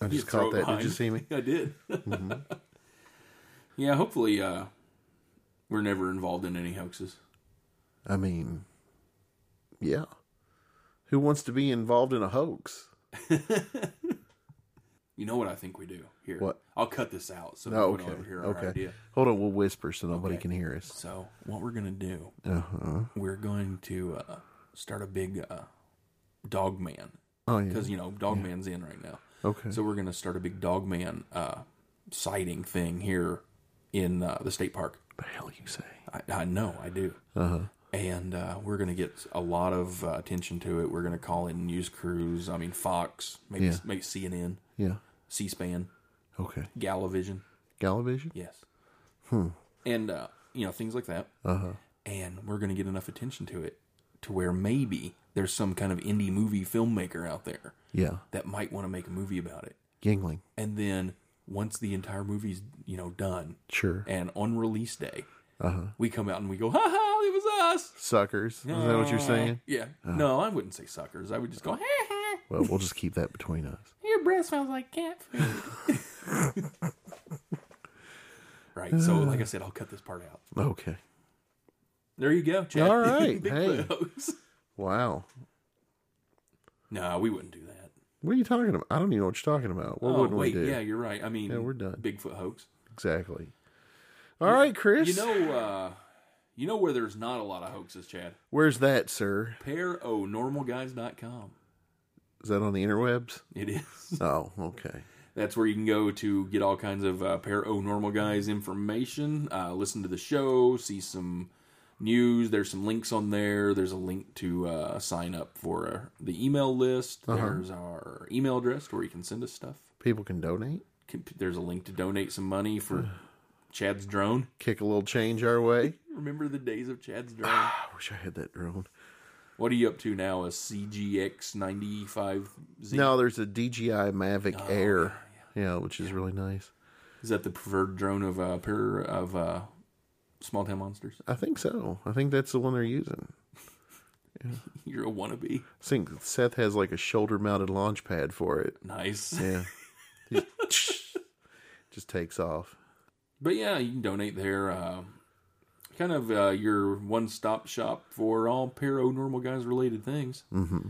Speaker 9: I
Speaker 8: You
Speaker 9: just caught
Speaker 8: throat
Speaker 9: that. Did
Speaker 8: line.
Speaker 9: you see me? Mm-hmm.
Speaker 8: I did. yeah, hopefully uh, we're never involved in any hoaxes.
Speaker 9: I mean, yeah. Who wants to be involved in a hoax?
Speaker 8: You know what I think we do here.
Speaker 9: What?
Speaker 8: I'll cut this out so
Speaker 9: Oh,
Speaker 8: we
Speaker 9: okay.
Speaker 8: don't overhear our
Speaker 9: Okay.
Speaker 8: idea.
Speaker 9: Hold on, we'll whisper so nobody
Speaker 8: Okay.
Speaker 9: can hear us.
Speaker 8: So what we're gonna do?
Speaker 9: Uh-huh.
Speaker 8: We're going to uh, start a big uh, dog man
Speaker 9: Oh yeah.
Speaker 8: because you know dog man's in right now.
Speaker 9: Okay.
Speaker 8: So we're gonna start a big dog man uh, sighting thing here in uh, the state park.
Speaker 9: the hell you say?
Speaker 8: I, I know, I do.
Speaker 9: Uh-huh.
Speaker 8: And uh, we're going to get a lot of uh, attention to it. We're going to call in news crews. I mean, Fox, maybe
Speaker 9: Yeah.
Speaker 8: maybe CNN,
Speaker 9: Yeah.
Speaker 8: C-SPAN,
Speaker 9: Okay.
Speaker 8: Galavision.
Speaker 9: Galavision?
Speaker 8: Yes. Hmm. And uh, you know things like that. Uh
Speaker 9: Uh-huh.
Speaker 8: huh. And we're going to get enough attention to it to where maybe there's some kind of indie movie filmmaker out there
Speaker 9: Yeah.
Speaker 8: that might want to make a movie about it.
Speaker 9: Yingling.
Speaker 8: And then once the entire movie's you know done,
Speaker 9: Sure. Uh-huh.
Speaker 8: and on release day, we come out and we go, ha ha, it was us.
Speaker 9: Suckers. Is that what you're saying?
Speaker 8: Yeah. No, I wouldn't say suckers. I would just go, ha ha,
Speaker 9: Well, we'll just keep that between us.
Speaker 8: your breath smells like cat food. right. So,
Speaker 9: Uh-huh.
Speaker 8: like I said, I'll cut this part out.
Speaker 9: Okay.
Speaker 8: There you go. Chad.
Speaker 9: All right,
Speaker 8: Big
Speaker 9: hey.
Speaker 8: blows.
Speaker 9: Wow.
Speaker 8: No, we wouldn't do that.
Speaker 9: What are you talking about? I don't even know what you're talking about. What
Speaker 8: oh,
Speaker 9: wouldn't
Speaker 8: wait.
Speaker 9: we do?
Speaker 8: Yeah, you're right. I mean,
Speaker 9: Yeah, we're done.
Speaker 8: Bigfoot hoax.
Speaker 9: Exactly. All right, Chris.
Speaker 8: You know, uh, you know where there's not a lot of hoaxes, Chad?
Speaker 9: where's that, sir?
Speaker 8: Paranormalguys.com.
Speaker 9: Is that on the interwebs?
Speaker 8: It is.
Speaker 9: Oh, okay.
Speaker 8: That's where you can go to get all kinds of uh, paranormal guys information, uh, listen to the show, see some news. There's some links on there. There's a link to uh, sign up for uh, the email list.
Speaker 9: Uh-huh.
Speaker 8: There's our email address where you can send us stuff.
Speaker 9: People can donate,
Speaker 8: Can- There's a link to donate some money for Chad's drone.
Speaker 9: kick a little change our way.
Speaker 8: Remember the days of Chad's drone?
Speaker 9: I wish I had that drone.
Speaker 8: what are you up to now? A CGX 95Z?
Speaker 9: No, there's a DJI Mavic Air. Oh, Yeah, which is really nice.
Speaker 8: Is that the preferred drone of uh, pair of uh, small town monsters?
Speaker 9: I think so. I think that's the one they're using.
Speaker 8: You're a wannabe.
Speaker 9: I think Seth has like a shoulder mounted launch pad for it.
Speaker 8: Nice.
Speaker 9: Yeah. Just, just takes off.
Speaker 8: But yeah, you can donate there. Uh, kind of uh, your one stop shop for all paranormal guys related things. Mm-hmm.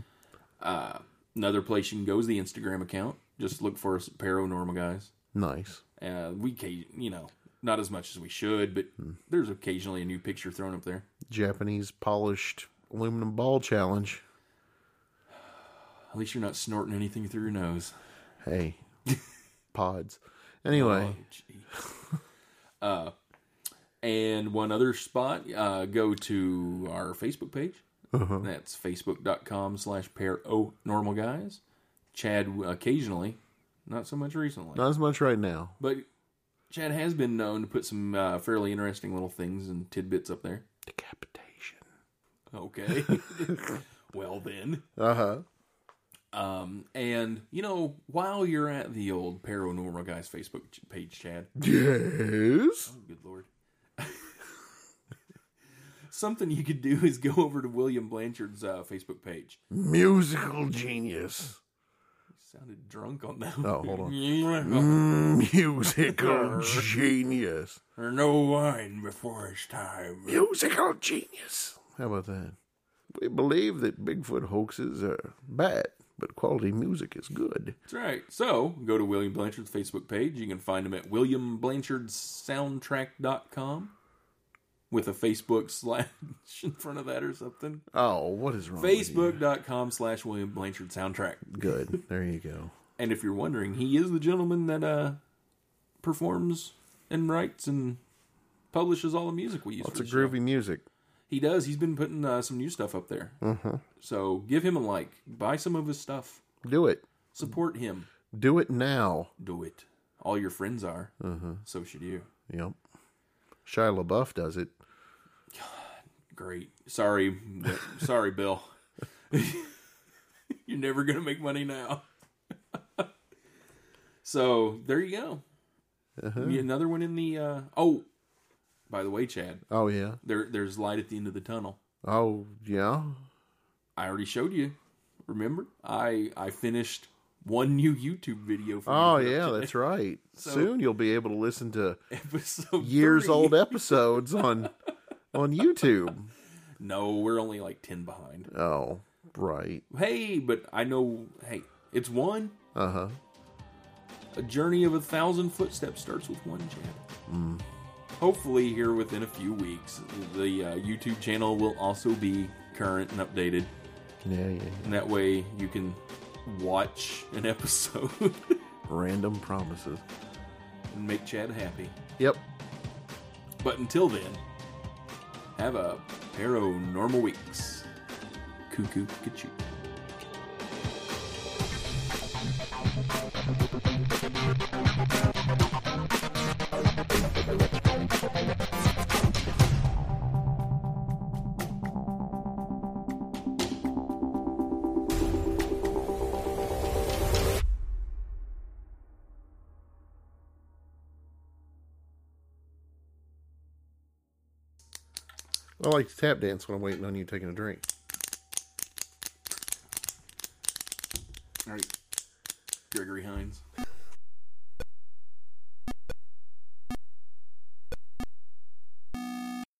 Speaker 8: Uh, another place you can go is the Instagram account. Just look for us at paranormal guys.
Speaker 9: Nice.
Speaker 8: Uh, we, ca- you know, not as much as we should, but there's occasionally a new picture thrown up there.
Speaker 9: Japanese polished aluminum ball challenge.
Speaker 8: At least you're not snorting anything through your nose.
Speaker 9: Hey, pods. Anyway,
Speaker 8: Oh, gee. uh, and one other spot, uh, go to our Facebook page. That's facebook.com slash pair o normal guys. Chad occasionally, not so much recently,
Speaker 9: not as much right now.
Speaker 8: but Chad has been known to put some uh, fairly interesting little things and tidbits up there.
Speaker 9: Decapitation.
Speaker 8: Okay. well then.
Speaker 9: Uh huh.
Speaker 8: Um, and you know, while you're at the old paranormal guys Facebook ch- page, Chad,
Speaker 9: Yes.
Speaker 8: Good lord. Something you could do is go over to William Blanchard's uh, Facebook page.
Speaker 9: Musical genius.
Speaker 8: sounded drunk on that.
Speaker 9: Oh, hold
Speaker 8: on.
Speaker 9: Musical genius.
Speaker 8: no wine before it's time.
Speaker 9: Musical genius. How about that? We believe that Bigfoot hoaxes are bad, but quality music is good.
Speaker 8: That's right. So go to William Blanchard's Facebook page. You can find him at WilliamBlanchardSoundtrack.com with a Facebook slash in front of that or something.
Speaker 9: Oh, what is wrong? with you?
Speaker 8: Facebook.com slash William Blanchard Soundtrack.
Speaker 9: Good. There you go.
Speaker 8: And if you're wondering, he is the gentleman that uh, performs and writes and publishes all the music we use.
Speaker 9: Lots
Speaker 8: for
Speaker 9: of
Speaker 8: the show.
Speaker 9: groovy music.
Speaker 8: He does. He's been putting uh, some new stuff up there.
Speaker 9: Uh-huh.
Speaker 8: So give him a like. Buy some of his stuff.
Speaker 9: Do it.
Speaker 8: Support him.
Speaker 9: Do it now.
Speaker 8: Do it. All your friends are.
Speaker 9: Uh-huh.
Speaker 8: So should you.
Speaker 9: Yep. Shia LaBeouf does it.
Speaker 8: Great. Sorry, sorry, Bill. You're never gonna make money now. so there you go.
Speaker 9: Uh-huh.
Speaker 8: Yeah, Another one in the. Uh, oh, by the way, Chad,
Speaker 9: Oh yeah.
Speaker 8: there there's light at the end of the tunnel.
Speaker 9: Oh yeah.
Speaker 8: I already showed you. Remember, I I finished one new YouTube video. For
Speaker 9: Oh
Speaker 8: you.
Speaker 9: yeah, that's right. Soon you'll be able to listen to
Speaker 8: episode
Speaker 9: years
Speaker 8: three.
Speaker 9: old episodes on on YouTube.
Speaker 8: No, we're only like ten behind.
Speaker 9: Oh, right.
Speaker 8: Hey, but I know. Hey, it's one. Uh
Speaker 9: Uh-huh.
Speaker 8: huh. A journey of a thousand footsteps starts with one channel. Hopefully, here within a few weeks, the uh, YouTube channel will also be current and updated,
Speaker 9: Yeah, yeah.
Speaker 8: and that way you can watch an episode
Speaker 9: Random promises.
Speaker 8: and make Chad happy.
Speaker 9: Yep.
Speaker 8: But until then, have a pair of normal weeks. Cuckoo, cuckoo.
Speaker 9: I like to tap dance when I'm waiting on you taking a drink.
Speaker 8: All right, Gregory Hines.